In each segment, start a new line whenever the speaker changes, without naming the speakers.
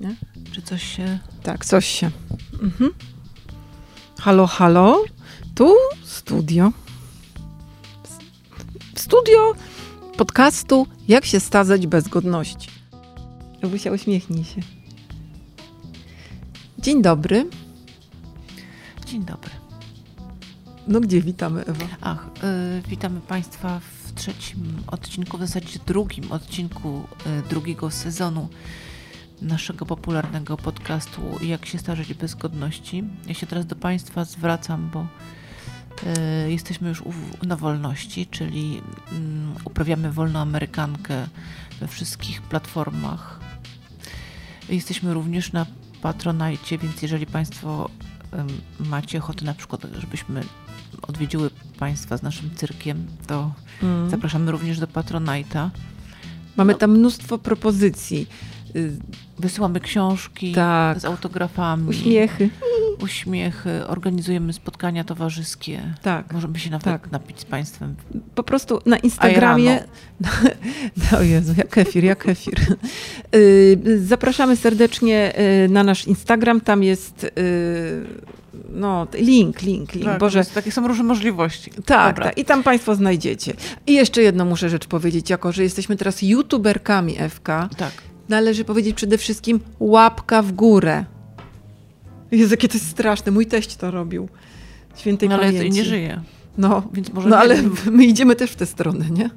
Nie? Czy coś się...
Tak, coś się. Mhm. Halo, halo. Tu studio. Studio podcastu Jak się stazać bez godności. Lubusia, uśmiechnij się. Dzień dobry.
Dzień dobry.
No gdzie witamy, Ewa?
Ach, y, witamy Państwa w trzecim odcinku, w zasadzie drugim odcinku y, drugiego sezonu naszego popularnego podcastu Jak się starzeć bez godności. Ja się teraz do Państwa zwracam, bo y, jesteśmy już u, na wolności, czyli mm, uprawiamy wolną amerykankę we wszystkich platformach. Jesteśmy również na Patronajcie, więc jeżeli Państwo ym, macie ochotę na przykład, żebyśmy odwiedziły Państwa z naszym cyrkiem, to
Mm.
zapraszamy również do Patronajta.
Mamy tam mnóstwo propozycji. Y,
Wysyłamy książki
Tak,
z autografami,
uśmiechy.
uśmiechy, organizujemy spotkania towarzyskie.
Tak.
Możemy się nawet
Tak.
napić z Państwem.
po prostu na Instagramie. No Jezu, jak kefir, jak kefir. Y, Zapraszamy serdecznie y, na nasz Instagram. Tam jest y, no, link, link, link. Boże.
Tak, takie są różne możliwości.
Tak,
Dobra.
tak, i tam Państwo znajdziecie. I jeszcze jedną muszę rzecz powiedzieć, jako że jesteśmy teraz youtuberkami FK,
Tak.
należy powiedzieć przede wszystkim łapka w górę. Jezu, jakie to jest straszne. Mój teść to robił. Świętej
No, ale
pamięci.
nie żyje.
No,
Więc może
no
nie
ale
wiem.
my idziemy też w tę stronę, nie?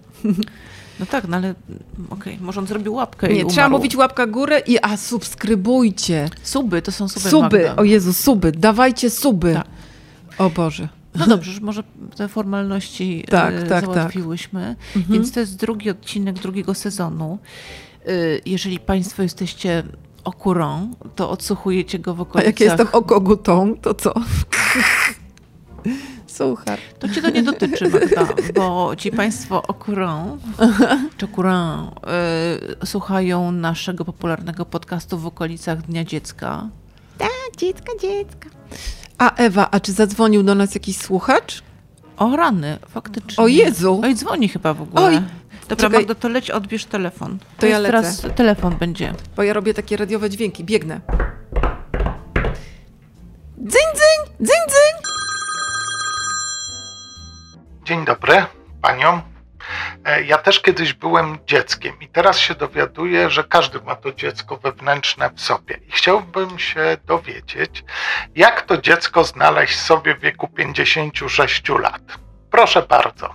No tak, no ale mm, okej, może on zrobił łapkę i
Nie, trzeba
umarł.
mówić łapka górę i a subskrybujcie.
Suby to są
Suby,
suby. Magda.
o Jezu, suby, dawajcie suby.
Tak.
O Boże.
No dobrze, już może te formalności
Mhm. Tak,
tak,
tak, Mhm. tak.
załatwiłyśmy. Więc to jest drugi odcinek drugiego sezonu. Y, Jeżeli Państwo jesteście okurą, to odsłuchujecie go w
A
okolicach.
jak jestem okogutą, to co? Suchar.
To Cię to nie dotyczy, Magda, bo Ci Państwo okurą, czy okurą, y, słuchają naszego popularnego podcastu w okolicach Dnia Dziecka.
Dziecka, dziecka. A Ewa, a czy zadzwonił do nas jakiś słuchacz?
O rany, faktycznie.
O Jezu!
Oj, dzwoni chyba w ogóle.
Oj,
Dobra,
czekaj.
Magda, to leć, odbierz telefon. To,
ja
jest
lecę.
teraz telefon będzie.
Bo ja robię takie radiowe dźwięki, biegnę. Dzyń, dzyń, dzyń, dzyń.
Dzień dobry paniom. E, Ja też kiedyś byłem dzieckiem i teraz się dowiaduję, że każdy ma to dziecko wewnętrzne w sobie. I chciałbym się dowiedzieć, jak to dziecko znaleźć sobie w wieku 56 lat. Proszę bardzo.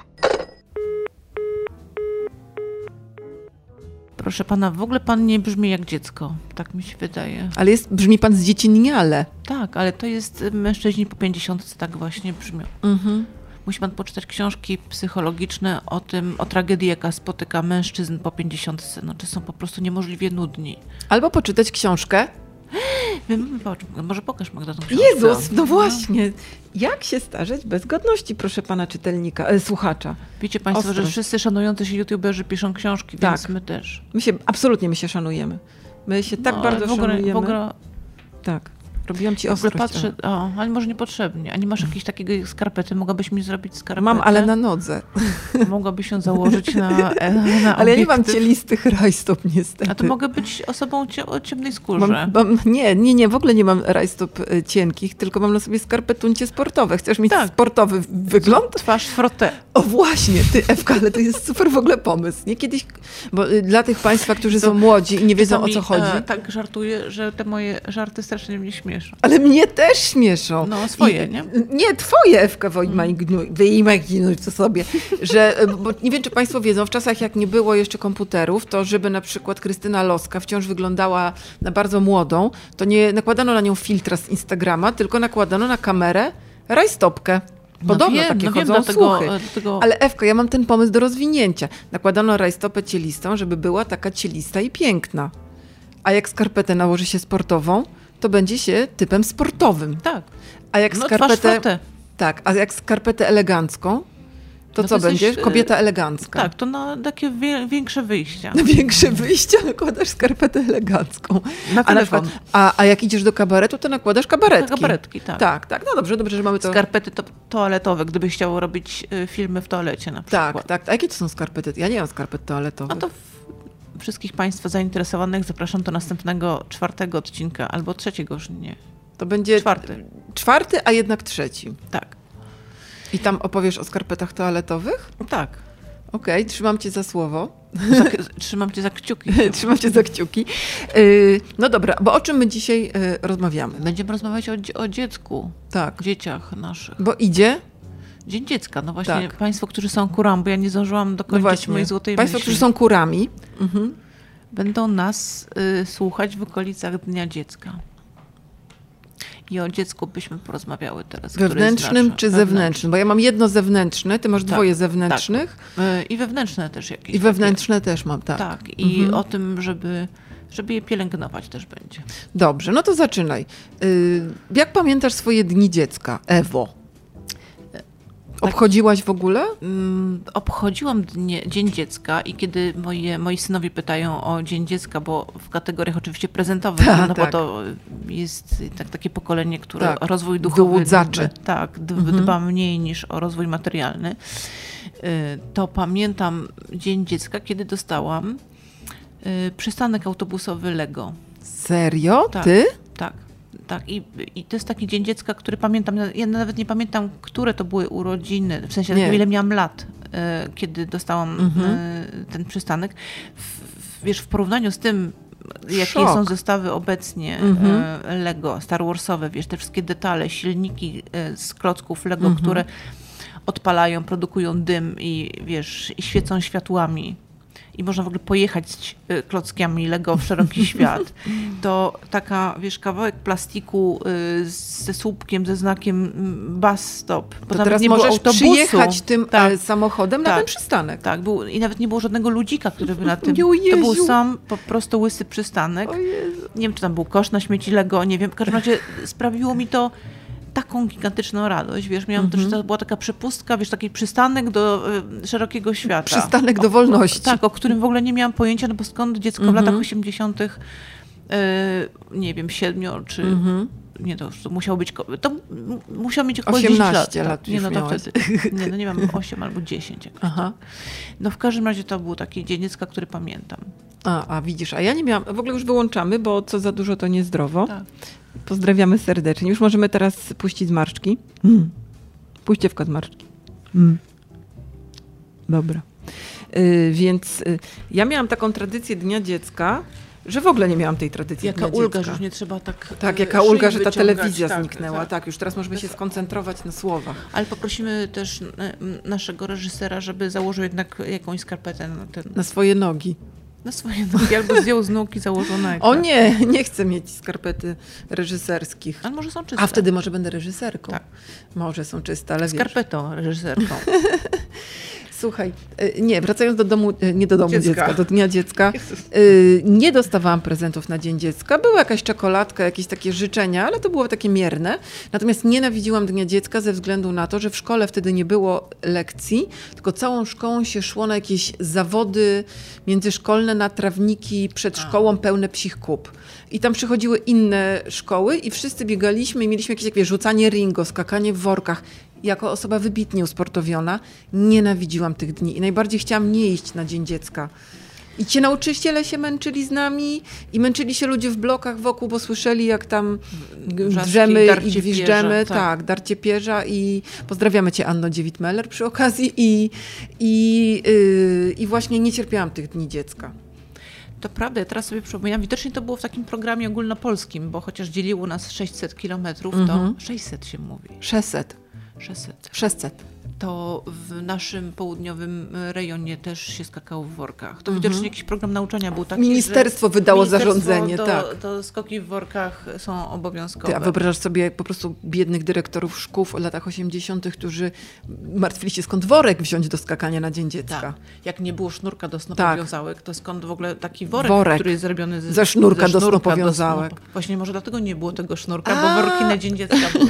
Proszę pana, w ogóle pan nie brzmi jak dziecko. Tak mi się wydaje.
Ale jest, brzmi pan zdziecinniale.
Tak, ale to jest y, mężczyźni po 50 tak właśnie brzmią.
Mhm.
Musi pan poczytać książki psychologiczne o tym, o tragedii, jaka spotyka mężczyzn po 50. Znaczy są po prostu niemożliwie nudni.
Albo poczytać książkę
My mamy po czym- Może pokaż Magda tą książkę. Mhm.
Jezus, no właśnie. Jak się starzeć bez godności, proszę pana czytelnika, e, słuchacza?
Wiecie państwo,
Ostro.
że wszyscy szanujący się youtuberzy piszą książki,
Tak.
więc my też.
My się, absolutnie my się szanujemy. My się tak
No, ale
bardzo
w ogóle,
szanujemy.
w ogóle,
Tak. Robiłam ci
w ogóle
ostrość.
patrzę, o, ale może niepotrzebnie. A nie masz jakiejś takiej skarpety? Mogłabyś mi zrobić
ale-
skarpetę?
Mam, ale na nodze.
Mogłabyś się założyć na, na
Ale ja nie mam
obiektyw.
cielistych rajstop niestety.
A to mogę być osobą cie- o ciemnej skórze.
Mam, mam, nie, nie, nie, w ogóle nie mam rajstop e, cienkich, tylko mam na sobie skarpetuncie sportowe. Chcesz mieć
Tak.
sportowy wygląd?
Twarz frotę.
O właśnie, ty Ewka, ale to jest super w ogóle pomysł. Nie kiedyś, bo y, dla tych państwa, którzy są młodzi i nie wiedzą o co chodzi.
tak żartuję, że te moje żarty strasznie mnie śmieszą.
Ale mnie też śmieszą.
No, swoje, nie? Mm.
Nie, twoje, Ewka, wyimagnuj- wyimaginuj to sobie. Że, e, bo nie wiem, czy państwo wiedzą, w czasach jak nie było jeszcze komputerów, to żeby na przykład Krystyna Loska wciąż wyglądała na bardzo młodą, to nie nakładano na nią filtra z Instagrama, tylko nakładano na kamerę rajstopkę. Podobno
wiem,
takie
no wiem,
chodzą
dlatego-
słuchy.
dlatego-
Ale Ewka, ja mam ten pomysł do rozwinięcia. Nakładano rajstopę cielistą, żeby była taka cielista i piękna. A jak skarpetę nałoży się sportową, to będzie się typem sportowym.
Tak.
A jak
No, twarz
skarpetę.
frotę.
Tak, a jak skarpetę elegancką, to
No
co
to jesteś,
będzie?
y,
Kobieta elegancka.
Tak, to na takie wie, większe wyjścia.
Na większe wyjścia nakładasz skarpetę elegancką.
Na
a,
telefon.
a, a jak idziesz do kabaretu, to nakładasz kabaretki.
Kabaretki, tak.
Tak, tak. No dobrze, dobrze, że mamy to.
Skarpety to toaletowe, gdybyś chciał robić y, filmy w toalecie na
tak,
przykład.
tak. A jakie to są skarpety? Ja nie mam skarpet toaletowych.
No to w, wszystkich Państwa zainteresowanych zapraszam do następnego czwartego odcinka, albo trzeciego już nie.
To będzie
Czwarty,
czwarty, a jednak trzeci.
tak.
I tam opowiesz o skarpetach toaletowych?
Tak.
Okej, trzymam cię za słowo.
Za, trzymam Cię za kciuki.
Trzymam cię za kciuki. Yy, no dobra, bo o czym my dzisiaj yy, rozmawiamy?
Będziemy rozmawiać o, dzie- o dziecku,
Tak.
dzieciach naszych.
Bo idzie,
Dzień dziecka, no właśnie
Tak.
Państwo, którzy są kuram, bo ja nie zdążyłam
no
dokończyć
właśnie,
mojej złotej
państwo,
myśli.
którzy są kurami, mhm.
będą nas y, słuchać w okolicach Dnia Dziecka. I o dziecku byśmy porozmawiały teraz. które jest znaczy?
wewnętrznym
nasze.
czy zewnętrznym? Bo ja mam jedno zewnętrzne, ty masz dwoje zewnętrznych
Wewnętrznym. Y, Tak. I wewnętrzne też jakieś.
i wewnętrzne też mam, tak.
Takie. Tak, i o tym, żeby, żeby je pielęgnować też będzie.
Dobrze, no to zaczynaj. Yy, jak pamiętasz swoje dni dziecka, Ewo?
Tak.
Obchodziłaś w ogóle?
Mm, Obchodziłam dnie, Dzień Dziecka i kiedy moje, moi synowie pytają o Dzień Dziecka, bo w kategoriach oczywiście prezentowych,
Ta,
no
tak.
bo to jest tak, takie pokolenie, które
Tak. Mhm.
o rozwój duchowy...
Dołudzaczy.
dba- Tak, d- dba mniej niż o rozwój materialny. Y, To pamiętam Dzień Dziecka, kiedy dostałam y, przystanek autobusowy Lego.
Serio?
Tak.
Ty?
Tak, tak. I, I to jest taki dzień dziecka, który pamiętam. Ja nawet nie pamiętam, które to były urodziny, w sensie
Nie. Mhm.
ile miałam lat, e, kiedy dostałam e, ten przystanek. W, w, wiesz, w porównaniu z tym, jakie
Szok. Mhm.
są zestawy obecnie e, Lego, Star Warsowe, wiesz, te wszystkie detale, silniki e, z klocków Lego,
Mhm.
które odpalają, produkują dym i wiesz, i świecą światłami i można w ogóle pojechać y, klockami Lego w szeroki świat, to taka, wiesz, kawałek plastiku y, ze słupkiem, ze znakiem mm, bus stop, bo
To
nawet
teraz
nie było
możesz
autobusu.
przyjechać tym
tak,
e, samochodem na
Tak.
ten przystanek.
tak, był, i nawet nie było żadnego ludzika, który by na tym,
Jo,
to był
Jeziu.
sam po prostu łysy przystanek.
O Jezu.
Nie wiem, czy tam był kosz na śmieci Lego, nie wiem. W każdym razie sprawiło mi to taką gigantyczną radość, wiesz, miałam też,
Mhm.
to była taka przepustka, wiesz, taki przystanek do y, szerokiego świata.
Przystanek do wolności. Mhm.
Tak, o którym w ogóle nie miałam pojęcia, no bo skąd dziecko w latach 80., yy, nie wiem, siedmiu czy.
Mhm.
Nie, to już to musiało być. ko- To m- musiał mieć około 10
18
lat.
lat
nie,
już
no to
miałaś.
wtedy. Nie, no nie mam 8 albo 10. jakoś.
Aha.
No w każdym razie to był taki dzień dziecka, który pamiętam.
A, a widzisz, a ja nie miałam, w ogóle już wyłączamy, bo co za dużo to niezdrowo.
Tak.
Pozdrawiamy serdecznie. Już możemy teraz puścić Hmm. zmarszczki. Puściewka zmarszczki. Hmm. Dobra. Y, więc y, ja miałam taką tradycję Dnia Dziecka, że w ogóle nie miałam tej tradycji
Jaka
Dnia
ulga, że
Dziecka.
już nie trzeba tak.
Tak,
y,
jaka
szyi
ulga, że ta
wyciągać,
telewizja
tak,
zniknęła. Tak. już teraz możemy się skoncentrować na słowach.
Ale poprosimy też y, m, naszego reżysera, żeby założył jednak jakąś skarpetę na, ten,
Na swoje nogi.
na swoje nogi albo zdjął z nóg i założył na
O
ekran.
nie, nie chcę mieć skarpety reżyserskich.
Ale może są czyste.
A wtedy może będę reżyserką.
Tak.
Może są czyste, ale wiesz.
Skarpetą reżyserką.
Słuchaj, y, nie, wracając do domu, y, nie do domu dziecka,
Dziecka.
do dnia dziecka, y, nie dostawałam prezentów na dzień dziecka. Była jakaś czekoladka, jakieś takie życzenia, ale to było takie mierne. Natomiast nienawidziłam dnia dziecka ze względu na to, że w szkole wtedy nie było lekcji, tylko całą szkołą się szło na jakieś zawody międzyszkolne, na trawniki przed szkołą pełne psich kup. I tam przychodziły inne szkoły i wszyscy biegaliśmy i mieliśmy jakieś takie rzucanie ringo, skakanie w workach jako osoba wybitnie usportowiona, nienawidziłam tych dni i najbardziej chciałam nie iść na Dzień Dziecka. I ci nauczyciele się męczyli z nami i męczyli się ludzie w blokach wokół, bo słyszeli jak tam
Wrzaski,
drzemy i
darcie
gwiżdżemy.
pierza,
Tak.
tak.
darcie pierza i pozdrawiamy cię Anno Dziewit-Meller przy okazji i, i, yy, i właśnie nie cierpiałam tych dni dziecka.
To prawda, ja teraz sobie przypominam, widocznie to było w takim programie ogólnopolskim, bo chociaż dzieliło nas 600 kilometrów, to
Mhm.
600 się mówi,
600,
600.
600.
To w naszym południowym e, rejonie też się skakało w workach. To widocznie jakiś program nauczania był taki,
Mhm. Ministerstwo
że
wydało
ministerstwo
zarządzenie,
to,
tak.
To skoki w workach są obowiązkowe.
Ty, a wyobrażasz sobie jak po prostu biednych dyrektorów szkół w latach 80., którzy martwili się skąd worek wziąć do skakania na Dzień Dziecka.
tak. Jak nie było sznurka do snopowiązałek, to skąd w ogóle taki worek,
Tak. Worek.
który jest zrobiony ze,
Ze sznurka do
do
snopowiązałek.
snop- Właśnie może dlatego nie było tego sznurka,
A.
bo worki na dzień dziecka były.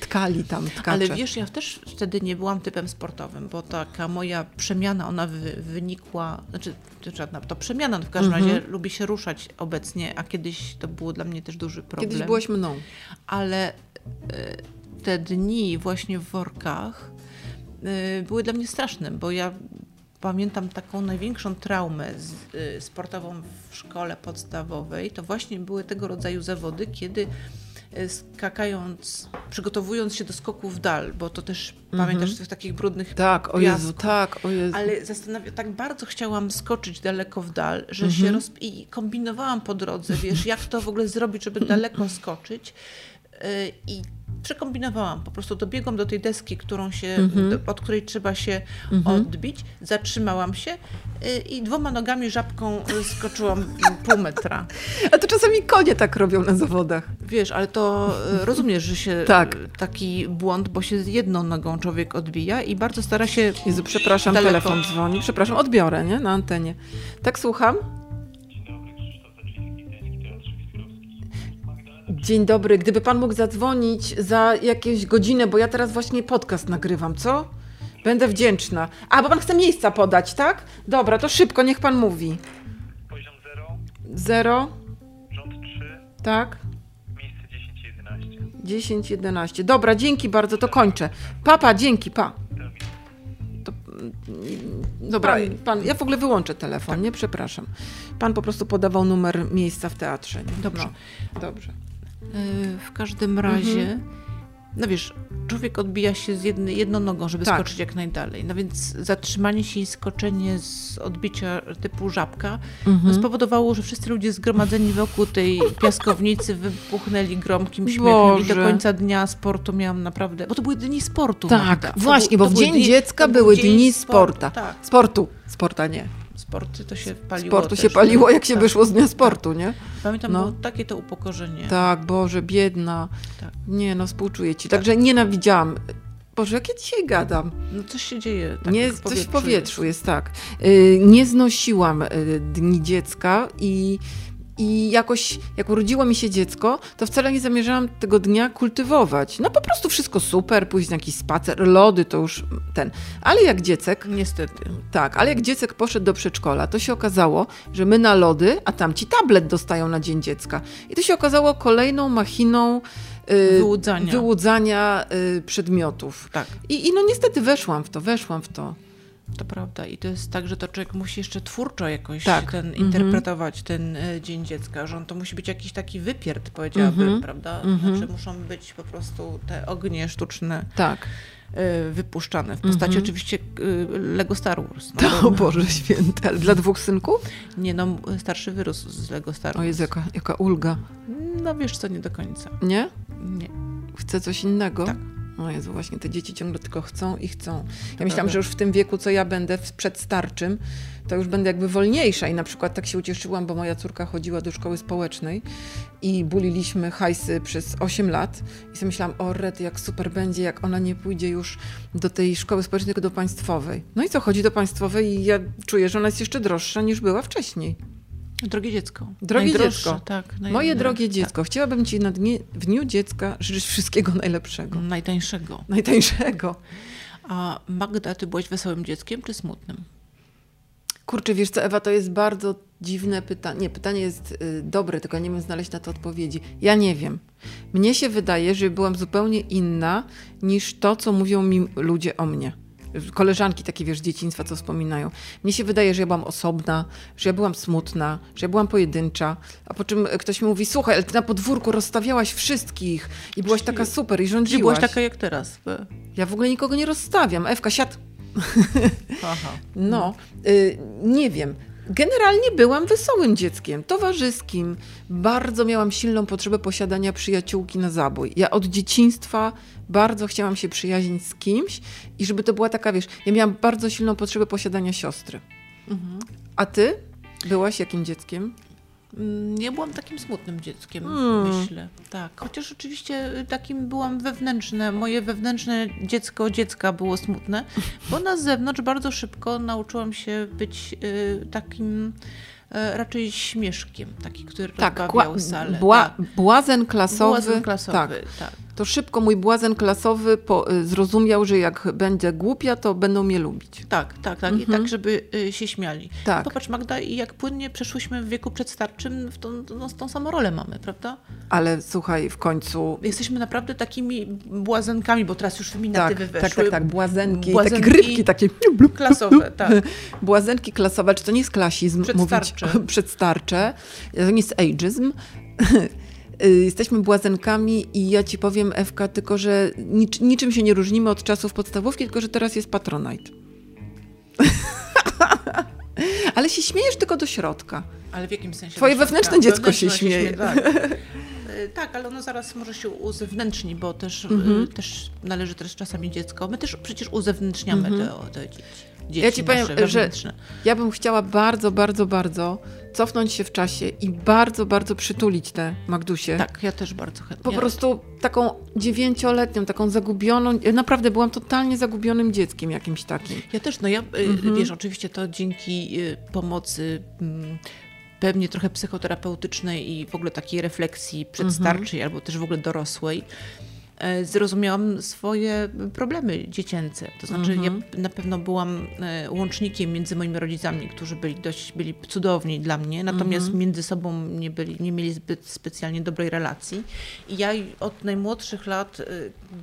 Tkali tam tkacze.
Tak. Ale wiesz, ja też wtedy nie byłam typem sportowym, bo taka moja przemiana, ona wy, wynikła, znaczy to żadna to przemiana, no w każdym
Mhm.
razie lubię się ruszać obecnie, a kiedyś to było dla mnie też duży problem.
Kiedyś byłaś mną.
Ale e, y, e, te dni właśnie w workach y, były dla mnie straszne, bo ja pamiętam taką największą traumę z, y, sportową w szkole podstawowej, to właśnie były tego rodzaju zawody, kiedy y, skakając, przygotowując się do skoku w dal, bo to też pamiętasz tych takich brudnych
Mhm. Tak, o Jezu,
piasku.
tak, o Jezu.
Ale zastanawia, tak bardzo chciałam skoczyć daleko w dal, że
Mhm.
się roz... i kombinowałam po drodze, wiesz, jak to w ogóle zrobić, żeby daleko skoczyć. Yy, I przekombinowałam, po prostu dobiegłam do tej deski, którą się,
Mhm.
do, od której trzeba się odbić, zatrzymałam się yy, i dwoma nogami żabką yy, skoczyłam yy, pół metra.
A to czasami konie tak robią na zawodach.
Wiesz, ale to e, rozumiesz, że się
Tak.
e, taki błąd, bo się z jedną nogą człowiek odbija i bardzo stara się
Jezu, przepraszam,
Daleko.
telefon dzwoni. Przepraszam, odbiorę, nie? Na antenie. Tak, słucham? Dzień dobry. Gdyby pan mógł zadzwonić za jakieś godzinę, bo ja teraz właśnie podcast nagrywam, co? Będę wdzięczna. A, bo pan chce miejsca podać, tak? Dobra, to szybko, niech pan mówi.
Poziom 0,
Zero,
rząd 3,
tak?
miejsce 10 i 11.
10, 11. Dobra, dzięki bardzo, to kończę. Papa, dzięki, pa. To, mm, dobra, pan, ja w ogóle wyłączę telefon, nie? Przepraszam. Pan po prostu podawał numer miejsca w teatrze. Nie?
Dobrze.
No, dobrze.
Yy, W każdym
Mhm.
razie, no wiesz, człowiek odbija się z jednej, jedną nogą, żeby
Tak.
skoczyć jak najdalej. No więc zatrzymanie się i skoczenie z odbicia typu żabka
Mhm.
no spowodowało, że wszyscy ludzie zgromadzeni wokół tej piaskownicy wypuchnęli gromkim śmiechem i
Boże.
do końca dnia sportu miałam naprawdę, bo to były dni sportu.
Tak,
Magda. To
właśnie,
był-
bo
to
w
były
Dzień
dni-
Dziecka
to był
były
dzień
dni
sportu,
sporta.
Tak,
Sportu. Sporta nie.
sporty to się paliło
Sportu
też,
się paliło,
tak,
jak się
tak.
wyszło z dnia sportu, nie?
Pamiętam,
No.
było takie to upokorzenie.
Tak, Boże, biedna.
Tak.
Nie, no współczuję ci. Także nienawidziłam. Boże, jak ja dzisiaj gadam.
No coś się dzieje. Tak
nie, coś
w
w
powietrzu
powietrzu jest, tak. Y, Nie znosiłam y, dni dziecka i, i jakoś, jak urodziło mi się dziecko, to wcale nie zamierzałam tego dnia kultywować. No po prostu wszystko super, pójść na jakiś spacer, lody to już ten. Ale jak dziecek,
Niestety.
tak, ale jak dziecek poszedł do przedszkola, to się okazało, że my na lody, a tamci tablet dostają na Dzień Dziecka. I to się okazało kolejną machiną y,
Wyłudzania.
wyłudzania, y, przedmiotów.
Tak,
I, I no niestety weszłam w to, weszłam w to.
to prawda. I to jest tak, że to człowiek musi jeszcze twórczo jakoś
Tak.
ten,
Mhm.
interpretować ten e, Dzień Dziecka, że on to musi być jakiś taki wypierd, powiedziałabym,
Mhm.
prawda?
Mhm.
Znaczy muszą być po prostu te ognie sztuczne
Tak.
e, wypuszczane w postaci oczywiście e, Lego Star Wars. No,
Mhm. To Boże święte. ale Dla dwóch synków?
Nie no, starszy wyrósł z Lego Star
O
Wars.
Jezu, jaka, jaka ulga.
No wiesz co, nie do końca.
Nie?
Nie.
Chce coś innego?
Tak.
O Jezu, właśnie te dzieci ciągle tylko chcą i chcą. Ja myślałam,
prawda.
że już w tym wieku, co ja będę, w- przed starczym, to już będę jakby wolniejsza i na przykład tak się ucieszyłam, bo moja córka chodziła do szkoły społecznej i buliliśmy hajsy przez 8 lat i sobie myślałam, o red, jak super będzie, jak ona nie pójdzie już do tej szkoły społecznej, tylko do państwowej. No i co, chodzi do państwowej i ja czuję, że ona jest jeszcze droższa niż była wcześniej.
Drogie dziecko.
Drogie
Najdroższe,
dziecko.
Tak,
Moje drogie dziecko, chciałabym Ci na dnie, w dniu dziecka życzyć wszystkiego najlepszego,
Tak, najtańszego.
najtańszego.
A Magda, ty byłaś wesołym dzieckiem czy smutnym?
Kurczę, wiesz co, Ewa, to jest bardzo dziwne pytanie. Nie, pytanie jest y, dobre, tylko nie wiem znaleźć na to odpowiedzi. Ja nie wiem. Mnie się wydaje, że byłam zupełnie inna niż to, co mówią mi ludzie o mnie. Koleżanki takie, wiesz, z dzieciństwa, co wspominają. Mnie się wydaje, że ja byłam osobna, że ja byłam smutna, że ja byłam pojedyncza, a po czym e, ktoś mi mówi, słuchaj, ale ty na podwórku rozstawiałaś wszystkich i byłaś
Czyli-
taka super i
Czy
rządziłaś.
byłaś taka jak teraz? Bo-
Ja w ogóle nikogo nie rozstawiam. Ewka, siad.
Aha.
No, y, nie wiem. Generalnie byłam wesołym dzieckiem, towarzyskim. Bardzo miałam silną potrzebę posiadania przyjaciółki na zabój. Ja od dzieciństwa bardzo chciałam się przyjaźnić z kimś i żeby to była taka, wiesz, ja miałam bardzo silną potrzebę posiadania siostry.
Mhm.
A ty byłaś jakim dzieckiem?
Mm, Ja byłam takim smutnym dzieckiem,
Mm.
myślę. Tak. Chociaż oczywiście y, takim byłam wewnętrzne. Moje wewnętrzne dziecko dziecka było smutne, bo na zewnątrz bardzo szybko nauczyłam się być y, takim y, raczej śmieszkiem, taki, który
Tak,
rozbawiał salę. Tak.
bła, błazen klasowy.
Błazen klasowy,
Tak.
tak.
to szybko mój błazen klasowy po, y, zrozumiał, że jak będę głupia, to będą mnie lubić.
Tak, tak, tak. I
Mhm.
tak, żeby y, się śmiali.
Tak.
Popatrz Magda, i jak płynnie przeszłyśmy w wieku przedstarczym, w tą, no, tą samą rolę mamy, prawda?
Ale słuchaj, w końcu.
Jesteśmy naprawdę takimi błazenkami, bo teraz już
Tak,
feminatywy
tak,
weszły.
tak, tak, błazenki,
Błazenki
takie grypki, tak. takie blup, blup,
Klasowe, tak.
Błazenki klasowe, czy to nie jest klasizm?
Przedstarcze.
Mówić, przedstarcze. To nie jest ageism. Y, Jesteśmy błazenkami i ja ci powiem, Ewka, tylko że nic, niczym się nie różnimy od czasów podstawówki, tylko że teraz jest Patronite. Ale się śmiejesz tylko do środka.
Ale w jakim sensie?
Twoje
Myślę,
wewnętrzne
tak,
dziecko się
wewnętrzne
śmieje.
tak. Y, Tak, ale ono zaraz może się uzewnętrzni, bo też, y,
Mhm.
też należy też czasami dziecko. My też przecież uzewnętrzniamy te, te dzieci. dzieci
Mhm. Ja ci powiem,
nasze
że-
wewnętrzne.
Ja bym chciała bardzo, bardzo, bardzo cofnąć się w czasie i bardzo, bardzo przytulić te Magdusie.
Tak, ja też bardzo chętnie.
Po prostu taką dziewięcioletnią, taką zagubioną. ja Naprawdę byłam totalnie zagubionym dzieckiem jakimś takim.
Ja też, no ja, y, wiesz, oczywiście to dzięki y, pomocy mm, pewnie trochę psychoterapeutycznej i w ogóle takiej refleksji przedstarczej albo też w ogóle dorosłej e, zrozumiałam swoje problemy dziecięce. To znaczy ja na pewno byłam e, łącznikiem między moimi rodzicami, którzy byli dość, byli cudowni dla mnie, natomiast między sobą nie, byli, nie mieli zbyt specjalnie dobrej relacji. I ja od najmłodszych lat e,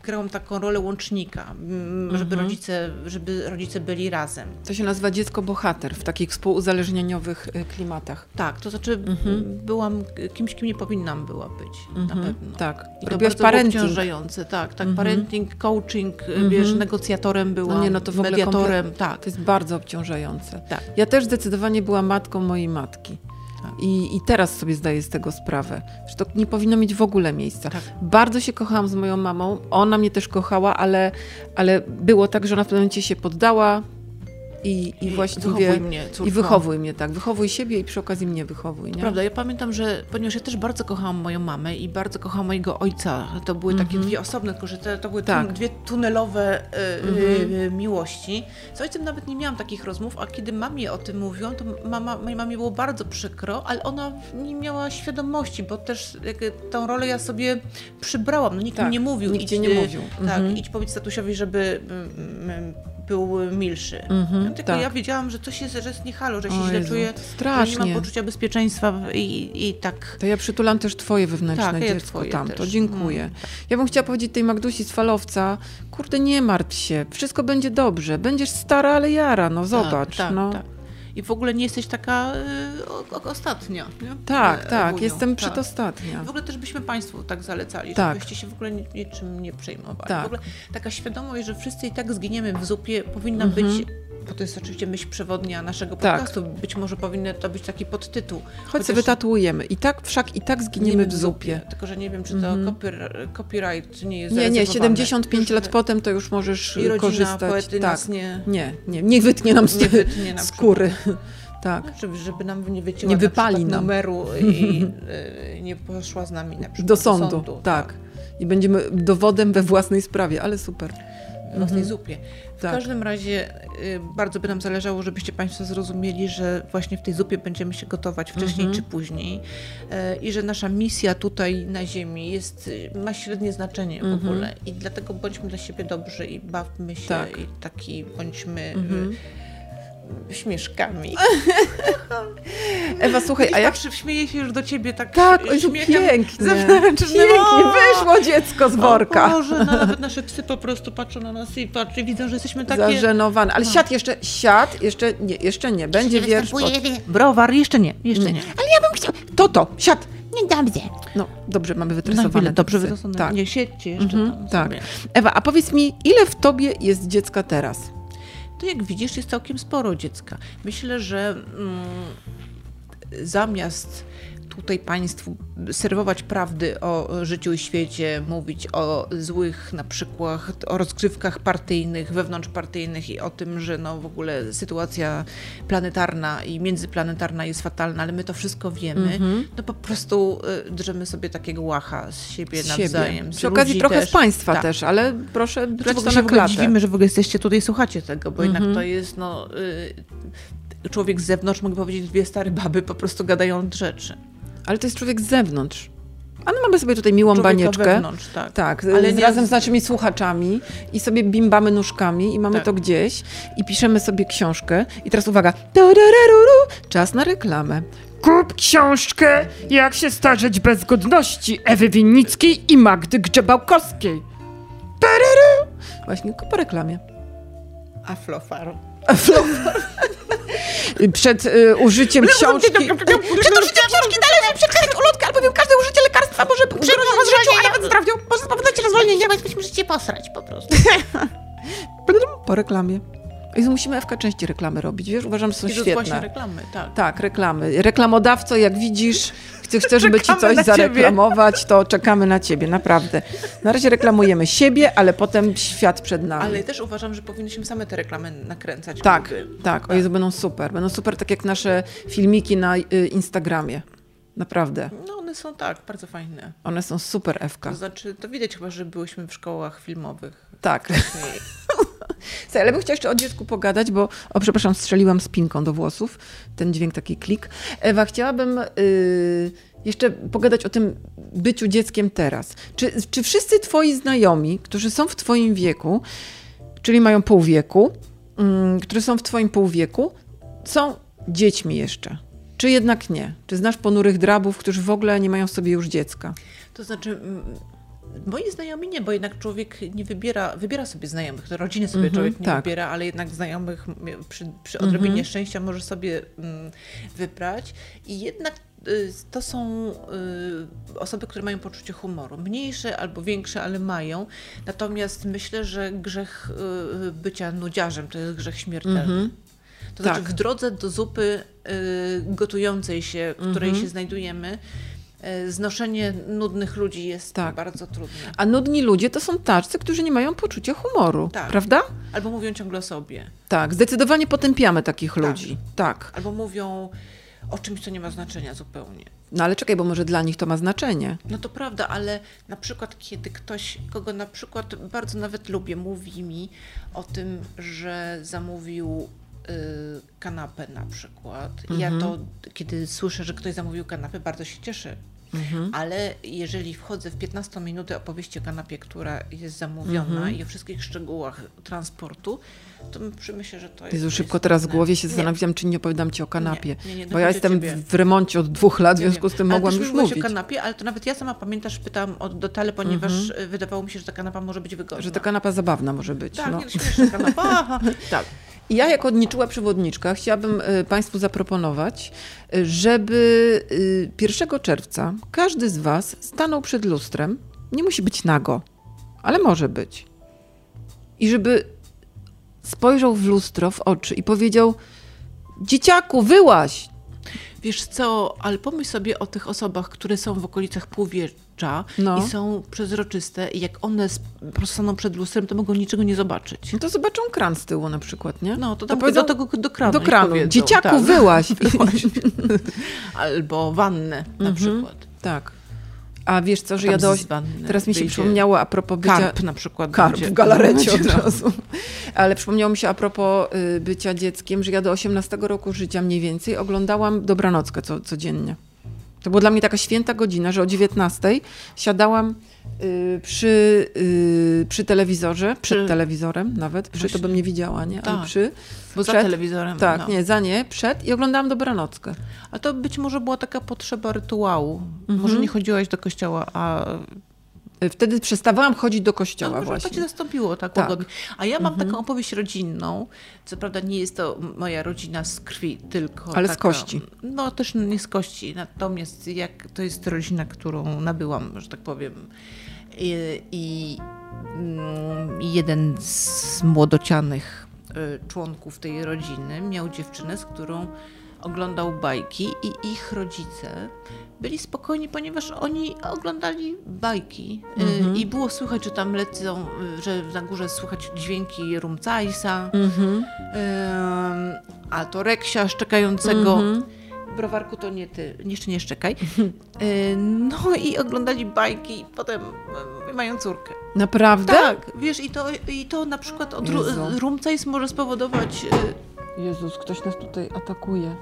grałam taką rolę łącznika, m,
Mhm.
żeby, rodzice, żeby rodzice byli razem.
To się nazywa dziecko bohater w takich współuzależnieniowych y, klimatach.
Tak, to znaczy
Mhm.
m, byłam kimś, kim nie powinnam była być, na pewno.
Tak.
I to
Robiłaś
bardzo
parenting. Mhm.
parenting. obciążające, tak, tak, parenting, coaching, y, wiesz, negocjatorem byłam,
No nie, no to w ogóle
mediatorem, tak,
To jest bardzo obciążające.
tak.
Ja też zdecydowanie byłam matką mojej matki.
Tak.
I, I teraz sobie zdaję z tego sprawę, że to nie powinno mieć w ogóle miejsca.
Tak.
Bardzo się kochałam z moją mamą, ona mnie też kochała, ale, ale było tak, że ona w pewnym momencie się poddała i, i, właściwie...
wychowuj mnie, córko.
I wychowuj mnie, tak. Wychowuj siebie i przy okazji mnie wychowuj, nie?
Prawda, ja pamiętam, że ponieważ ja też bardzo kochałam moją mamę i bardzo kochałam mojego ojca, to były takie dwie osobne, tylko że te, to były
Mhm. Tak. Mhm.
tun- dwie tunelowe e, e, e, miłości. Z ojcem nawet nie miałam takich rozmów, a kiedy mamie o tym mówiłam, to mama, mojej mamie było bardzo przykro, ale ona nie miała świadomości, bo też jakby tą rolę ja sobie przybrałam. No, nikt
Tak,
mi nie mówił.
nikt
idź,
ci nie
y,
mówił.
Tak,
Mhm.
idź powiedz tatusiowi, żeby mm, mm, był milszy. No,
Mhm,
Tylko
tak.
ja wiedziałam, że coś jest, że jest nie halo, że się
O
źle
Jezu,
czuję,
to
że nie
strasznie.
mam poczucia bezpieczeństwa w- i, i tak.
To ja przytulam też twoje wewnętrzne
Tak, ja
dziecko
twoje
tamto.
też. Mm. Tak,
Dziękuję. Ja bym chciała powiedzieć tej Magdusi z falowca, kurde, nie martw się, wszystko będzie dobrze. Będziesz stara, ale jara, no zobacz.
tak,
no.
tak. I w ogóle nie jesteś taka y, o- o- ostatnia. Nie?
Tak,
E,
tak,
wujno,
jestem
tak.
przedostatnia.
W ogóle też byśmy Państwu tak zalecali,
Tak.
żebyście się w ogóle ni- niczym nie przejmowali.
Tak.
W ogóle taka świadomość, że wszyscy i tak zginiemy w zupie, powinna być, bo to jest oczywiście myśl przewodnia naszego
Mhm. Tak.
podcastu, być może powinien to być taki podtytuł.
Chodź sobie tatuujemy. I tak, wszak i tak zginiemy
Giniemy
w zupie. Mhm.
Tylko, że nie wiem, czy to copyr- copyright nie jest
Nie, nie,
zarezerwowane.
75
Już
lat
nie-
potem to już możesz
I rodzina,
korzystać.
poety
tak.
nas nie...
nie, nie, nie wytnie nam z
Nie wytnie nam
skóry. Tak.
Żeby, żeby nam nie wycięła
Nie
na
wypali
przykład
nam.
numeru i y, nie poszła z nami na przykład
Do sądu, tak. I będziemy dowodem we własnej sprawie, ale super.
Tak, w własnej zupie. W
Tak.
każdym razie y, bardzo by nam zależało, żebyście Państwo zrozumieli, że właśnie w tej zupie będziemy się gotować wcześniej
Mhm.
czy później e, i że nasza misja tutaj na Ziemi jest, y, ma średnie znaczenie w
Mhm.
ogóle i dlatego bądźmy dla siebie dobrzy i bawmy się
Tak. Mhm.
i taki bądźmy y, śmieszkami.
Ewa, słuchaj, a
A ja
jak...
przy śmieję się już do Ciebie tak
Tak,
y,
oj,
śmiechem
pięknie.
zewnętrznym.
Pięknie,
O!
wyszło dziecko z
O
worka.
Boże, no, nawet nasze psy po prostu patrzą na nas i patrzą i widzą, że jesteśmy takie... No.
Zażenowane. Ale siad jeszcze, siad jeszcze nie, jeszcze nie. Będzie wiersz. pod-
Browar, jeszcze nie, jeszcze nie.
Ale ja bym chciał... To, to, siad.
Nie dobrze.
No, dobrze, mamy
Na
wytresowane.
chwilę, dobrze
psy.
wydosowane.
Tak.
Nie, siedźcie jeszcze
Mhm,
tam
tak.
sobie.
Ewa, a powiedz mi, ile w tobie jest dziecka teraz?
To jak widzisz, jest całkiem sporo dziecka. Myślę, że mm, zamiast tutaj Państwu serwować prawdy o życiu i świecie, mówić o złych na przykład, o rozgrywkach partyjnych, wewnątrzpartyjnych i o tym, że no w ogóle sytuacja planetarna i międzyplanetarna jest fatalna, ale my to wszystko wiemy,
Mhm.
no po prostu y, drzemy sobie takiego łacha z siebie
Z
nawzajem.
siebie.
z
Przy okazji
ludzi
trochę
też.
z państwa
Tak. Znaczy,
też, ale proszę tak
Czy w
brać to
ogóle się
na
w ogóle
klatę. Mhm.
dziwimy, że w ogóle jesteście tutaj i słuchacie tego, bo jednak to jest, no, y, człowiek z zewnątrz mógł powiedzieć dwie stare baby po prostu gadając rzeczy.
Ale to jest człowiek z zewnątrz. Ale mamy sobie tutaj miłą
Człowieka
banieczkę.
Wewnątrz, tak.
Tak,
Ale
Ale z,
nie-
razem z naszymi słuchaczami i sobie bimbamy nóżkami i mamy
Tak.
to gdzieś i piszemy sobie książkę. I teraz uwaga, tarararuru, czas na reklamę.
Kup książkę Jak się starzeć bez godności Ewy Winnickiej i Magdy Grzebałkowskiej.
Właśnie tylko po reklamie.
A flofar.
Przed y, użyciem książki... Przed użyciem książki należy przeczytać ulotkę, albowiem każde użycie lekarstwa może przyrwać was życiu, a nawet zdrowiu. Może spowodować rozwolnienie.
Musicie posrać po prostu.
Po reklamie. I musimy Ewka częściej reklamy robić, wiesz? Uważam, że są
I to jest właśnie
świetne.
reklamy, tak.
Tak, reklamy. Reklamodawco, jak widzisz, chcę, chcę żeby ci
Czekamy
coś
na ciebie.
zareklamować, to czekamy na ciebie, naprawdę. Na razie reklamujemy siebie, ale potem świat przed nami.
Ale też uważam, że powinniśmy same te reklamy nakręcać.
Tak,
jakby.
tak. O Jezu, będą super. Będą super, tak jak nasze filmiki na y, Instagramie. Naprawdę.
No one są tak, bardzo fajne.
One są super, Ewka.
To znaczy, to widać chyba, że byłyśmy w szkołach filmowych.
Tak.
Ej,
Słuchaj, ale bym chciała jeszcze o dziecku pogadać, bo, o przepraszam, strzeliłam spinką do włosów, ten dźwięk taki klik. Ewa, chciałabym y, jeszcze pogadać o tym byciu dzieckiem teraz. Czy, czy wszyscy twoi znajomi, którzy są w twoim wieku, czyli mają pół wieku, mm, którzy są w twoim pół wieku, są dziećmi jeszcze? Czy jednak nie? Czy znasz ponurych drabów, którzy w ogóle nie mają w sobie już dziecka?
To znaczy, mm, moi znajomi nie, bo jednak człowiek nie wybiera, wybiera sobie znajomych, to rodziny sobie człowiek nie
tak.
wybiera, ale jednak znajomych m- przy, przy odrobinie szczęścia może sobie mm, wybrać i jednak y, to są y, osoby, które mają poczucie humoru. Mniejsze albo większe, ale mają. Natomiast myślę, że grzech y, bycia nudziarzem to jest grzech śmiertelny. To
Tak.
znaczy w drodze do zupy y, gotującej się, w której
Mhm.
się znajdujemy, y, znoszenie nudnych ludzi jest
Tak.
bardzo trudne.
A nudni ludzie to są tacy, którzy nie mają poczucia humoru,
Tak.
prawda?
Albo mówią ciągle o sobie,
Tak, zdecydowanie potępiamy takich ludzi. Tak.
albo mówią o czymś, co nie ma znaczenia zupełnie.
No ale czekaj, bo może dla nich to ma znaczenie.
No to prawda, ale na przykład kiedy ktoś, kogo na przykład bardzo nawet lubię, mówi mi o tym, że zamówił y, kanapę na przykład. Ja to,
Mhm.
kiedy słyszę, że ktoś zamówił kanapę, bardzo się cieszę.
Mhm.
Ale jeżeli wchodzę w 15 minutę opowieści o kanapie, która jest zamówiona
Mhm.
i o wszystkich szczegółach transportu, to myślę, że to jest.
Jezu,
to
szybko
jest
teraz w
trudne.
głowie się
Nie,
zastanawiam, czy nie opowiadam ci o kanapie.
nie, nie,
bo ja
dochodzi
jestem
ciebie.
w remoncie od dwych lat, w
Ja
związku
wiem.
z tym
Ale
mogłam
też
już
mówiłaś
mówić.
o kanapie, ale to nawet ja sama pamiętasz, pytałam o dotale, ponieważ y, wydawało mi się, że ta kanapa może być wygodna.
Mhm. Że ta kanapa zabawna może być.
Tak,
no.
nie, śmieszna kanapa. aha.
Tak. I ja jako odniczyła przewodniczka chciałabym y, Państwu zaproponować, y, żeby y, 1 czerwca każdy z Was stanął przed lustrem. Nie musi być nago, ale może być. I żeby spojrzał w lustro, w oczy i powiedział dzieciaku, wyłaś!
Wiesz co, ale pomyśl sobie o tych osobach, które są w okolicach półwiecza
No.
i są przezroczyste i jak one sp- po prostu staną przed lustrem, to mogą niczego nie zobaczyć.
No to zobaczą kran z tyłu na przykład, nie?
No, to tam
powiedzą-
do tego do kranu.
do
i
kranu.
powiedzą,
Dzieciaku,
tak.
wyłaś!
Albo wannę na przykład.
tak. A wiesz co, że
Tam
ja do...
z wanny
Teraz mi się
wyjdzie
przypomniało a propos bycia...
Karp na przykład.
Karp
będzie.
w galarecie
Będzie,
od
no.
razu. Ale przypomniało mi się a propos y, bycia dzieckiem, że ja do 18 roku życia mniej więcej oglądałam dobranockę co, codziennie. To była dla mnie taka święta godzina, że o 19 siadałam y, przy, y, przy telewizorze, przed
Przy-
telewizorem nawet, przy to bym nie widziała, nie? Ale
Tak.
przy,
Bo za
przed-
telewizorem.
Tak,
no.
nie, za nie, przed i oglądałam dobranockę.
A to być może była taka potrzeba rytuału.
Mhm.
Może nie chodziłaś do kościoła, a
Y, Wtedy przestawałam chodzić do kościoła
no, może
właśnie.
to cię zastąpiło tak,
Tak. Mhm.
łagodnie. A ja mam taką opowieść rodzinną. Co prawda nie jest to m- moja rodzina z krwi tylko.
Ale z
taka-
kości.
No też nie z kości. Natomiast jak to jest rodzina, którą nabyłam, że tak powiem. I, i mm, jeden z młodocianych y, członków tej rodziny miał dziewczynę, z którą oglądał bajki i ich rodzice byli spokojni, ponieważ oni oglądali bajki y,
Mhm.
i było słychać, że tam lecą, y, że na górze słychać dźwięki Rumcajsa, Ym, a to Reksia szczekającego.
Mhm.
Browarku to nie ty, jeszcze nie szczekaj. Y, No i oglądali bajki i potem y, mają córkę.
Naprawdę?
Tak, wiesz, i to, i to na przykład od
Jezu.
Rumcajs może spowodować... y,
Jezus, ktoś nas tutaj atakuje.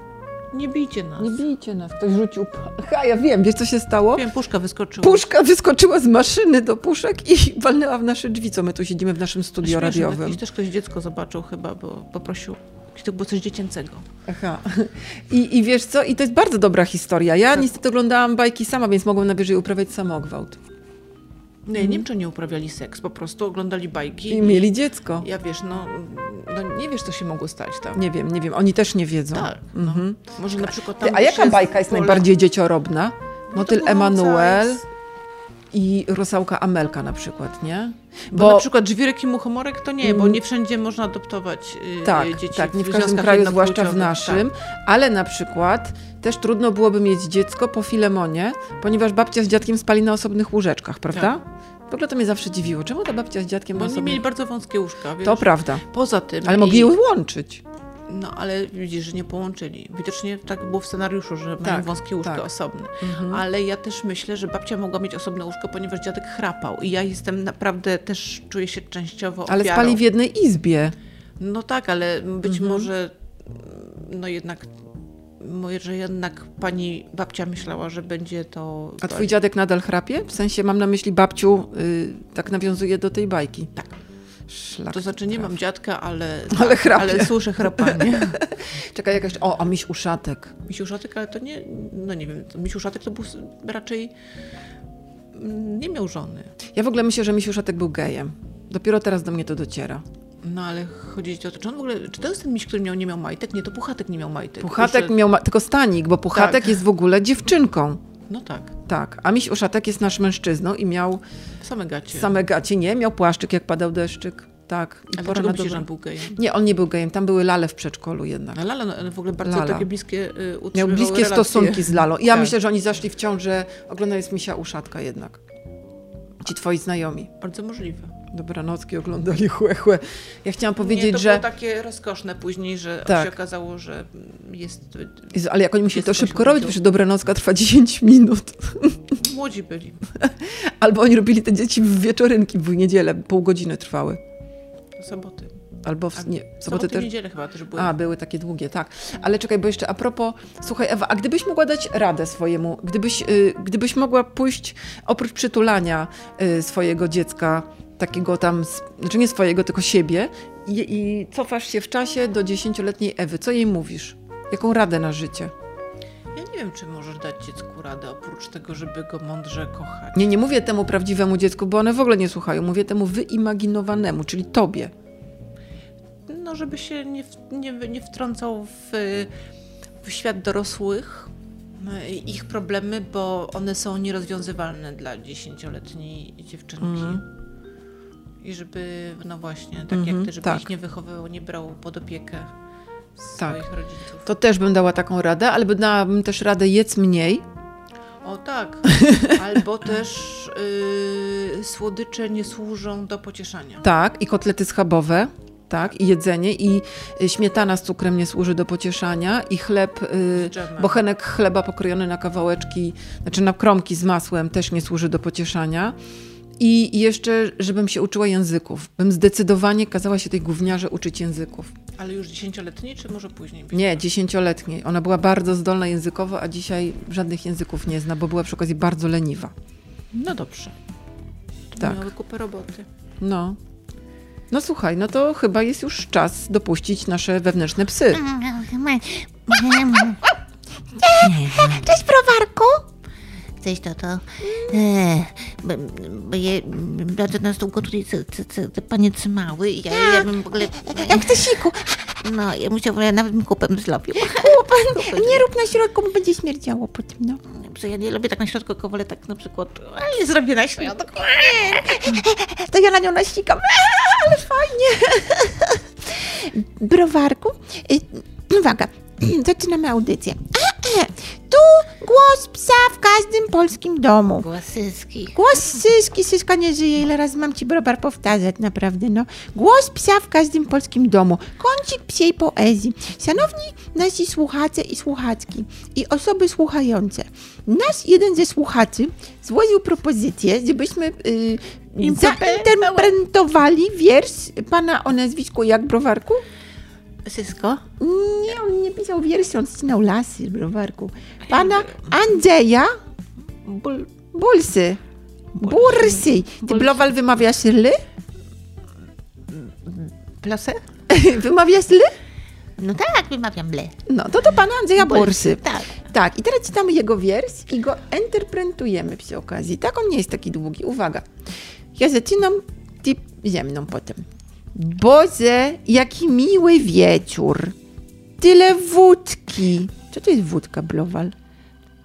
Nie bijcie nas.
Nie bijcie nas, ktoś rzucił... Ha, ja wiem, wiesz co się stało?
Wiem, puszka wyskoczyła.
Puszka wyskoczyła z maszyny do puszek i walnęła w nasze drzwi, co my tu siedzimy w naszym studio
Śmieszne,
radiowym.
Jakieś też ktoś dziecko zobaczył chyba, bo poprosił. To było coś dziecięcego.
Aha. I, I wiesz co, i to jest bardzo dobra historia.
Tak.
Ja niestety oglądałam bajki sama, więc mogłam najwyżej uprawiać samogwałt.
Nie, nie wiem, czy nie uprawiali seks, po prostu oglądali bajki.
Mhm. I mieli dziecko.
Ja wiesz, no, no nie wiesz, co się mogło stać tak? tam.
Nie wiem, nie wiem, oni też nie wiedzą. Mhm.
Tak, no. Może na przykład tam...
Ty, A jaka
przez
bajka jest
pole-
najbardziej dzieciorobna?
No to
Motyl
był
Emanuel
Mozart.
i Rusałka Amelka na przykład, nie?
Bo, na przykład żwirek i muchomorek to nie, bo nie wszędzie można adoptować y,
Mm. tak,
y, dzieci.
tak, nie w każdym
związkach
kraju, zwłaszcza w
jednopłciowych, Tak.
naszym, ale na przykład też trudno byłoby mieć dziecko po Filemonie, ponieważ babcia z dziadkiem spali na osobnych łóżeczkach, prawda? W ogóle to mnie zawsze dziwiło. Czemu ta babcia z dziadkiem
Tak.
na
Bo oni
osobnych...
mieli bardzo wąskie łóżka, wiesz.
To prawda,
Poza tym...
ale
i-
mogli je łączyć.
No, ale widzisz, że nie połączyli. Widocznie tak było w scenariuszu, że mają
Tak,
wąskie łóżko
tak.
osobne. Ale ja też myślę, że babcia mogła mieć osobne łóżko, ponieważ dziadek chrapał. I ja jestem naprawdę, też czuję się częściowo
Ale
ofiarą.
spali w jednej izbie.
No tak, ale być
Mhm.
może, mm, no jednak, może jednak pani babcia myślała, że będzie to... tak.
A twój dziadek nadal chrapie? W sensie mam na myśli babciu, y, tak nawiązuje do tej bajki.
Tak.
Szlak.
To znaczy nie mam dziadka, ale,
Ale
tak,
chrapie.
ale słyszę chrapanie.
Czekaj, jakaś... O, a miś uszatek.
Misiuszatek, ale to nie, no nie wiem, to Misiuszatek to był s- raczej, mm, nie miał żony.
Ja w ogóle myślę, że miś uszatek był gejem. Dopiero teraz do mnie to dociera.
No ale chodzi o to, czy on w ogóle, czy to jest ten miś, który miał, nie miał majtek? Nie, to Puchatek nie miał majtek.
Puchatek
Już,
miał ma... tylko stanik, bo Puchatek
Tak.
jest w ogóle dziewczynką.
No tak,
Tak, a miś uszatek jest nasz mężczyzną i miał
same gacie.
same gacie, nie? Miał płaszczyk, jak padał deszczyk. Tak. I pora
ale dlaczego
na
myślisz,
dobrą-
że on był gejem?
Nie, on nie był gejem, tam były lale w przedszkolu jednak.
No Lala, no, ale w ogóle bardzo
Lala.
takie bliskie y,
Miał
utrzymywał
bliskie
relacje.
stosunki z Lalo. I ja
Tak.
myślę, że oni zaszli w ciążę, oglądając misia uszatka jednak. Ci twoi znajomi.
Bardzo możliwe.
Dobranocki oglądali chłe, chłe. Ja chciałam powiedzieć,
nie, to
że...
było tak- takie rozkoszne później, że
Tak.
się okazało, że mm, jest, y,
Jezu, ale jak oni musieli
Jest
to
ktoś
szybko robić,
powiedział.
przecież dobranocka trwa 10 minut.
młodzi byli.
Albo oni robili te dzieci w wieczorynki, w niedzielę, pół godziny trwały.
Soboty.
Albo w, nie,
Soboty,
w sobotę też...
niedzielę chyba też były.
A, były takie długie, tak. Ale czekaj, bo jeszcze a propos, słuchaj Ewa, a gdybyś mogła dać radę swojemu, gdybyś, y, gdybyś mogła pójść oprócz przytulania y, swojego dziecka, takiego tam, s- znaczy nie swojego, tylko siebie i, i cofasz się w czasie do dziesięcioletniej Ewy, co jej mówisz? Jaką radę na życie?
Ja nie wiem, czy możesz dać dziecku radę, oprócz tego, żeby go mądrze kochać.
Nie, nie mówię temu prawdziwemu dziecku, bo one w ogóle nie słuchają, mówię temu wyimaginowanemu, czyli tobie.
no, żeby się nie, w- nie, w- nie wtrącał w, w świat dorosłych, y, ich problemy, bo one są nierozwiązywalne dla dziesięcioletniej dziewczynki. I żeby, no właśnie, tak
Mhm,
jak ty, żeby
tak.
ich nie wychowywał, nie brał pod opiekę swoich rodziców.
To też bym dała taką radę, ale bym dałabym też radę jedz mniej,
O tak, albo też y, słodycze nie służą do pocieszania.
Tak, i kotlety schabowe, tak, i jedzenie, i y, śmietana z cukrem nie służy do pocieszania, i chleb, y,
Z dżemem.
bochenek chleba pokrojony na kawałeczki, znaczy na kromki z masłem też nie służy do pocieszania. I i jeszcze, żebym się uczyła języków. Bym zdecydowanie kazała się tej gówniarze uczyć języków.
Ale już dziesięcioletni, czy może później?
Nie, dziesięcioletniej. Ona była bardzo zdolna językowo, a dzisiaj żadnych języków nie zna, bo była przy okazji bardzo leniwa.
No dobrze.
Tak.
Tak. Miały kupę roboty.
No. No słuchaj, no to chyba jest już czas dopuścić nasze wewnętrzne psy.
Cześć, browarku! Cześć, tato. E, b- b- je- Bardzo nas długo tutaj c- c- c- panie trzymały i ja, ja bym w ogóle...
Jak ty siku,
No, ja musiałbym, ja nawet bym kupem zrobił.
pan, nie rób na środku, bo będzie śmierdziało po tym, no.
Że ja nie lubię tak na środku, tylko wolę tak na przykład... Ale zrobię na środku.
To ja na nią nasikam, Eee, ale fajnie. Browarku, y, uwaga, zaczynamy audycję. Eee, Tu głos psa w każdym polskim domu.
Głasyski.
Głos Syski, Syska nie żyje, ile razy mam ci brobar powtarzać, naprawdę, no. Głos psa w każdym polskim domu. Kącik psiej poezji. Szanowni nasi słuchacze i słuchaczki i osoby słuchające. Nasz jeden ze słuchaczy złożył propozycję, żebyśmy y, zainterpretowali wiersz pana o nazwisku jak browarku?
Sysko?
Nie, on nie pisał wierszy, on ścinał lasy, browarku. Pana Andrzeja Bul- Bulsy. Bursy. Ty, Blowal, wymawiasz ly?
Plasę?
Wymawiasz ly?
No tak, wymawiam ble.
No, to do pana Andrzeja Bursy.
Tak.
Tak, i teraz czytamy jego wiersz i go interpretujemy przy okazji. Tak, on nie jest taki długi. Uwaga. Ja zaczynam tip ziemną potem. Boże, jaki miły wieczór. Tyle wódki. Co to jest wódka, Blowal?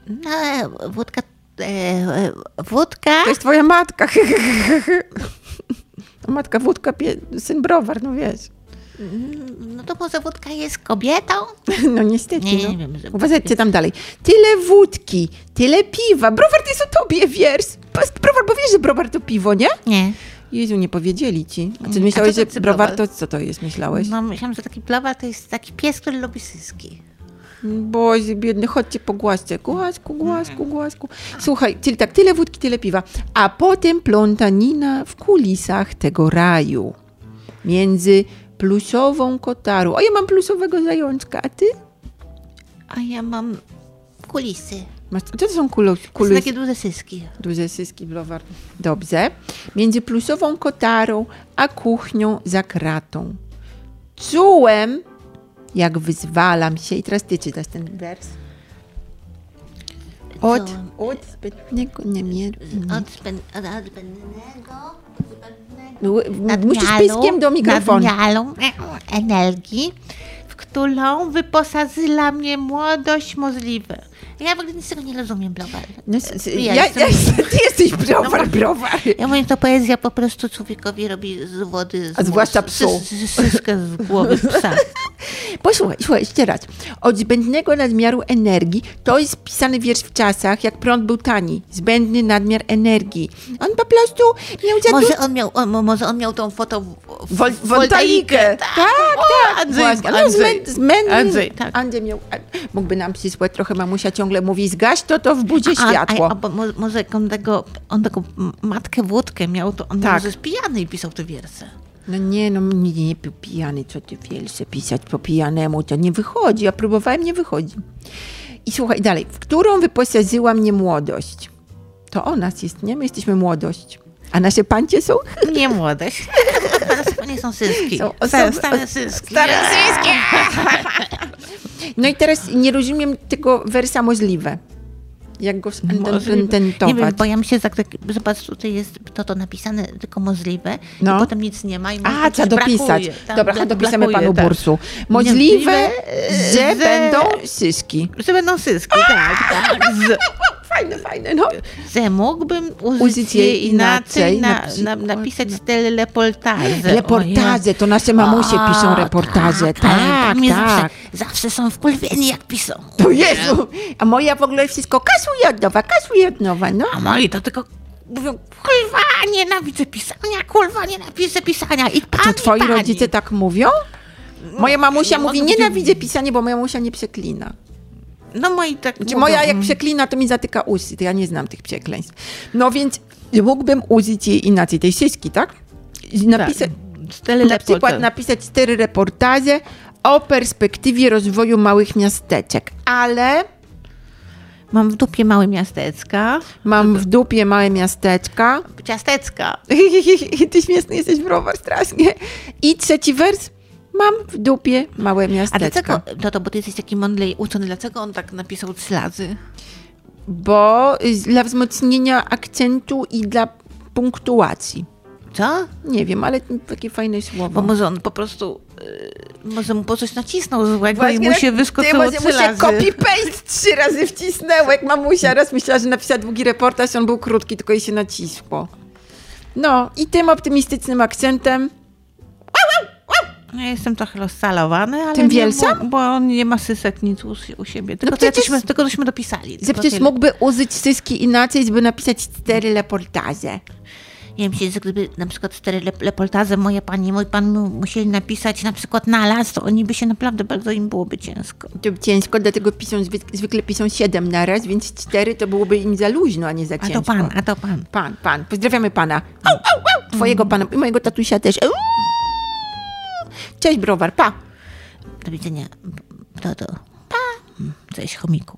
No, e, wódka. E, e, wódka.
To jest twoja matka. matka wódka, pie- syn browar, no wiesz.
No to może wódka jest kobietą?
No niestety,
Nie, nie
no.
wiem, tak że-
Uważajcie tam dalej. Tyle wódki, tyle piwa. Browar to jest o tobie wiersz. Po- Browar, bo wiesz, że browar to piwo, nie?
Nie.
Jezu, nie powiedzieli ci. A ty
A
myślałeś,
co to
że
cybrowar?
browar to co to jest, myślałeś?
No, myślałam, że taki blowar to jest taki pies, który lubi syski.
Boże, biedny, chodźcie po głasce.
Mhm.
Głasku, głasku, głasku. Słuchaj, czyli tak, tyle wódki, tyle piwa. A potem plątanina w kulisach tego raju. Między plusową kotarą. A ja mam plusowego zajączka, a ty?
A ja mam kulisy.
Masz, co to są kulo,
To są
kulisy?
takie duże syski.
Duże syski, blowar. Dobrze. Między plusową kotarą a kuchnią za kratą. Czułem, jak wyzwalam się. I teraz ty czytasz ten wers. Od,
Czułem.
od zbytniego niemieru.
Od spędzonego. Od spędzonego.
Musisz
nadmiaru-
pyskiem do mikrofonu.
nadmiaru energii, w którą wyposażyła mnie młodość możliwe. Ja w ogóle nic z tego nie rozumiem, blowar.
No, s- s-
Ja
ja, ja,
jestem- No,
ty jesteś browar, browar.
Ja mówię, to poezja po prostu człowiekowi robi z wody... Z
A zwłaszcza psu.
Wszystko z głowy psa.
Posłuchaj, słuchaj, jeszcze raz. Od zbędnego nadmiaru energii, to jest pisany wiersz w czasach, jak prąd był tani. Zbędny nadmiar energii. On po prostu miał za dużo...
Może on miał, on, może on miał tą foto...
Wol- woltaikę. Tak, tak.
Andrzej,
Właśnie, ale
Andrzej.
zmę- zmędny.
Andrzej, tak.
Andrzej miał... a- Mógłby nam przysłać trochę, mamusia ciągle mówi, zgaś to, to w budzie
A, a, a
światło.
bo mo- może jak on tego, on taką m- matkę wódkę miał, to on
Tak.
może spijany i pisał te wiersze.
No nie, no nie, nie, był pijany, co ty wielce pisać po pijanemu, to nie wychodzi. Ja próbowałem, nie wychodzi. I słuchaj dalej, w którą wyposażyła mnie młodość? To o nas jest, nie? My jesteśmy młodość. A nasze pancie są?
Nie młodość. Teraz to nie są syski.
Są
stare,
osoby-
stare syski. Stare syski.
No i teraz nie rozumiem tego wersa możliwe. Jak go
Nie wiem,
zintentować.
bo ja mi się tak, tak zobacz, tutaj jest to, to napisane, tylko możliwe
No.
i potem nic nie ma. I może
A,
coś
trzeba dopisać.
brakuje. Tam
Dobra,
bla-
dopisamy
brakuje,
panu
tak.
Bursu. Możliwe,
e,
że
że-
będą syski.
Że będą syski, tak, tak. Z,
Fajne, fajne, no.
że mógłbym użyć,
Użyć
je
jej
inaczej,
inaczej, na
na,
przykład,
na, napisać te reportaże.
Reportaże, to nasze mamusie
O,
piszą reportaże.
ale
Tak,
mnie
tak.
Zawsze, zawsze są wpływieni, jak piszą.
To Jezu, a moja w ogóle wszystko kasuje od nowa, kasuje od nowa, no.
A moi to tylko mówią, kurwa, nienawidzę pisania, kurwa, nienawidzę pisania. I pani,
To twoi
pani.
rodzice tak mówią? Moja mamusia
no,
mówi,
no,
nienawidzę pisania, bo moja mamusia nie przeklina.
No moi tak
Czy
mówią.
moja jak przeklina, to mi zatyka usy, to ja nie znam tych przekleństw. No więc mógłbym użyć jej inaczej, tej sieczki, tak? I Napisa-
Tyle
na
tak.
przykład napisać cztery reportaże o perspektywie rozwoju małych miasteczek, ale
Mam w dupie małe miasteczka.
mam w dupie małe miasteczka.
Ciasteczka.
Ty śmieszny jesteś, browar, strasznie. I trzeci wers. Mam w dupie małe
A
miasteczka.
dlaczego, no to bo ty jesteś taki mądry i uczony, dlaczego on tak napisał ślazy?
Bo y, dla wzmocnienia akcentu i dla punktuacji.
Co?
Nie wiem, ale takie fajne słowo.
Bo może on po prostu, y, może mu po coś nacisnął złego i mu
Ty,
się wyskoczyło
tak, może mu się
cylazy.
copy-paste trzy razy wcisnęło, jak mamusia raz myślała, że napisała długi reportaż, on był krótki, tylko jej się nacisło. No i tym optymistycznym akcentem
Ja jestem trochę rozsalowany, ale
Tym
nie,
Wielsem?
bo, bo on nie ma sysek nic u, u siebie. Tylko,
przecież-
to żeśmy, tylko żeśmy dopisali.
Że
tylko
przecież
tyle.
mógłby użyć syski inaczej, żeby napisać cztery reportaże.
Ja myślę, że gdyby na przykład cztery le- leportaże moje pani i mój pan mu- musieli napisać na przykład na las, to oni by się naprawdę bardzo im byłoby ciężko.
To ciężko, dlatego piszą, zwyk- zwykle piszą siedem na raz, więc cztery to byłoby im za luźno, a nie za
A
ciężko.
to pan, a to pan.
Pan, pan. Pozdrawiamy pana. Au, au, au. Twojego pana i mojego tatusia też. Uuu. Cześć, browar, pa.
Do Mm, widzenia, brodo. Pa. Cześć, chomiku.